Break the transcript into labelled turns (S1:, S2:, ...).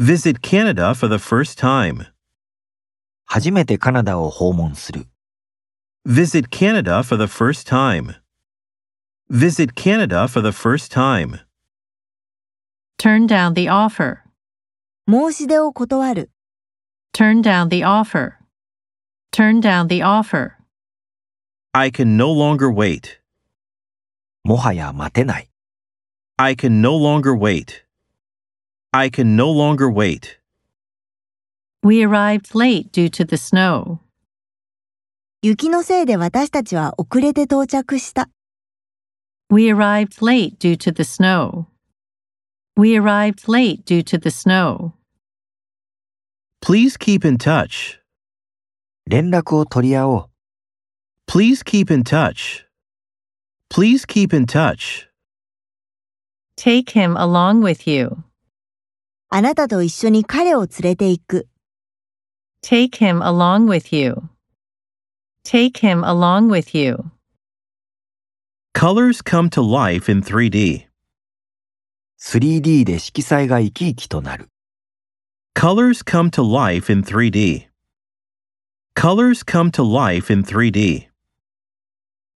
S1: Visit Canada for the first time.
S2: 初めてカナダを訪問する。
S1: Visit Canada for the first time. Visit Canada for the first time.
S3: Turn down the offer.
S4: 申し出を断る。
S3: Turn down the offer. Turn down the offer.
S1: I can no longer wait.
S2: もはや待てない。
S1: I can no longer wait. I can no longer wait.
S3: We arrived late due to the snow.
S4: 雪のせいで私たちは遅れて到着した。
S3: We arrived late due to the snow. We arrived late due to the snow.
S1: Please keep in touch.
S2: 連絡を取り合おう。
S1: Please keep in touch. Please keep in touch.
S3: Take him along with you.
S4: あなたと一緒に彼を連れて行く。
S3: Take him along with you. Take him along with you.
S1: Colors come to life in 3D.
S2: 3D で色彩が生き生きとなる。
S1: Colors come to life in 3D. Colors come to life in 3D.